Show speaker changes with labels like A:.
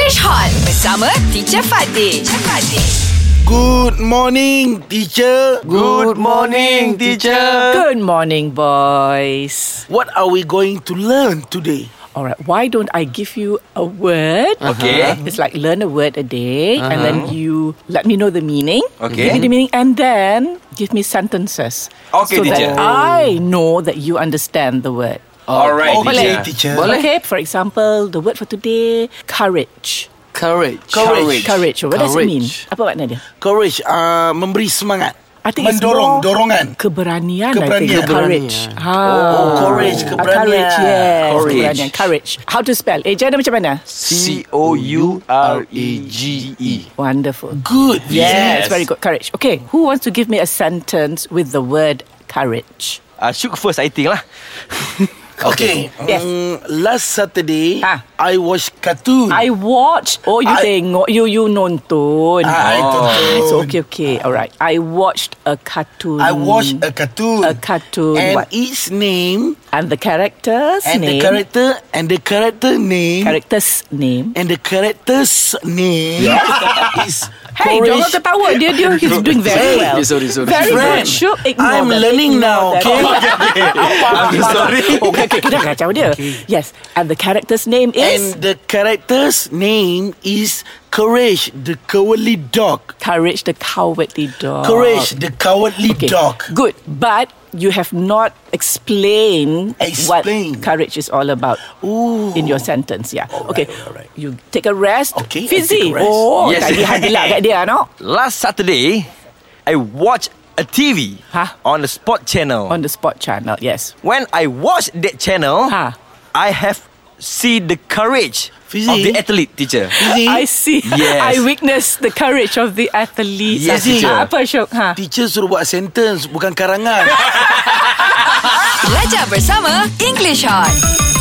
A: Fresh Hot bersama Teacher Fatih. Teacher Fatih.
B: Good morning, teacher.
C: Good morning, teacher.
D: Good morning, boys.
B: What are we going to learn today?
D: All right, why don't I give you a word?
C: Uh-huh. Okay. Uh-huh.
D: It's like learn a word a day, and then you let me know the meaning.
C: Okay.
D: Give me the meaning, and then give me sentences.
C: Okay,
D: so
C: teacher.
D: that I know that you understand the word.
C: All right,
B: Okay,
C: teacher.
B: teacher.
C: Boleh.
D: Okay, for example, the word for today, courage.
C: Courage.
B: Courage.
D: Courage. What does it mean?
C: Courage.
D: Apa makna dia?
B: Courage, uh, memberi semangat.
D: I think it's
B: Mendorong,
D: more
B: dorongan.
D: Keberanian, I
B: Keberanian.
D: think. Courage. Ha.
B: Oh, courage,
D: Ah,
B: keberanian.
D: Courage, yes.
C: Courage.
D: Keberanian. Courage. How to spell? Eh, Jana macam mana?
C: C O U R E G E.
D: Wonderful.
B: Good.
C: Yes.
D: Yes. very good. Courage. Okay, who wants to give me a sentence with the word courage?
C: Ah, shoot first, I think lah.
B: Okay.
D: Yes.
B: Um, last Saturday,
D: Ah.
B: I watched cartoon.
D: I watched. Oh, you
B: Hmm. I-
D: tengok. You you nonton.
B: Ah, I tonton.
D: It's okay, okay. All right. I watched a cartoon.
B: I watched a cartoon.
D: A cartoon.
B: And
D: What?
B: its name
D: and the character's
B: and the
D: name.
B: character and the character name
D: character's name.
B: and the character's name is
D: Hey,
B: courage.
D: jangan ketawa. Dia dia he's doing very well.
C: Sorry, sorry, sorry.
D: Very
B: Friend,
D: good. Should ignore
B: I'm
D: that.
B: learning
D: Ignore
B: now,
D: that.
B: okay?
C: I'm sorry.
D: Okay, okay, kita kacau dia. Yes, and the character's name is
B: And the character's name is Courage the Cowardly Dog.
D: Courage the Cowardly Dog.
B: Courage the Cowardly
D: Okay,
B: Dog.
D: Good, but you have not explained what
B: Explain.
D: courage is all about
B: Ooh.
D: in your sentence. Yeah. okay.
B: alright.
D: You take a rest.
B: Okay, I
D: Fizi.
B: take a rest.
D: Oh,
C: Yes.
D: tadi hati lah kat dia, no?
C: Last Saturday, I watched a TV
D: Huh?
C: on the sport channel.
D: Ha? On the sport channel. Yes.
C: When I watched that channel,
D: Huh.
C: I have see the courage
B: Fizi.
C: of the athlete, teacher.
B: See,
D: I see.
C: Yes.
D: I witnessed the courage of the athletes.
C: Yes, teacher.
D: Ah, Apa syok? Ha.
B: teacher suruh buat sentence bukan karangan.
A: Belajar bersama English Hot.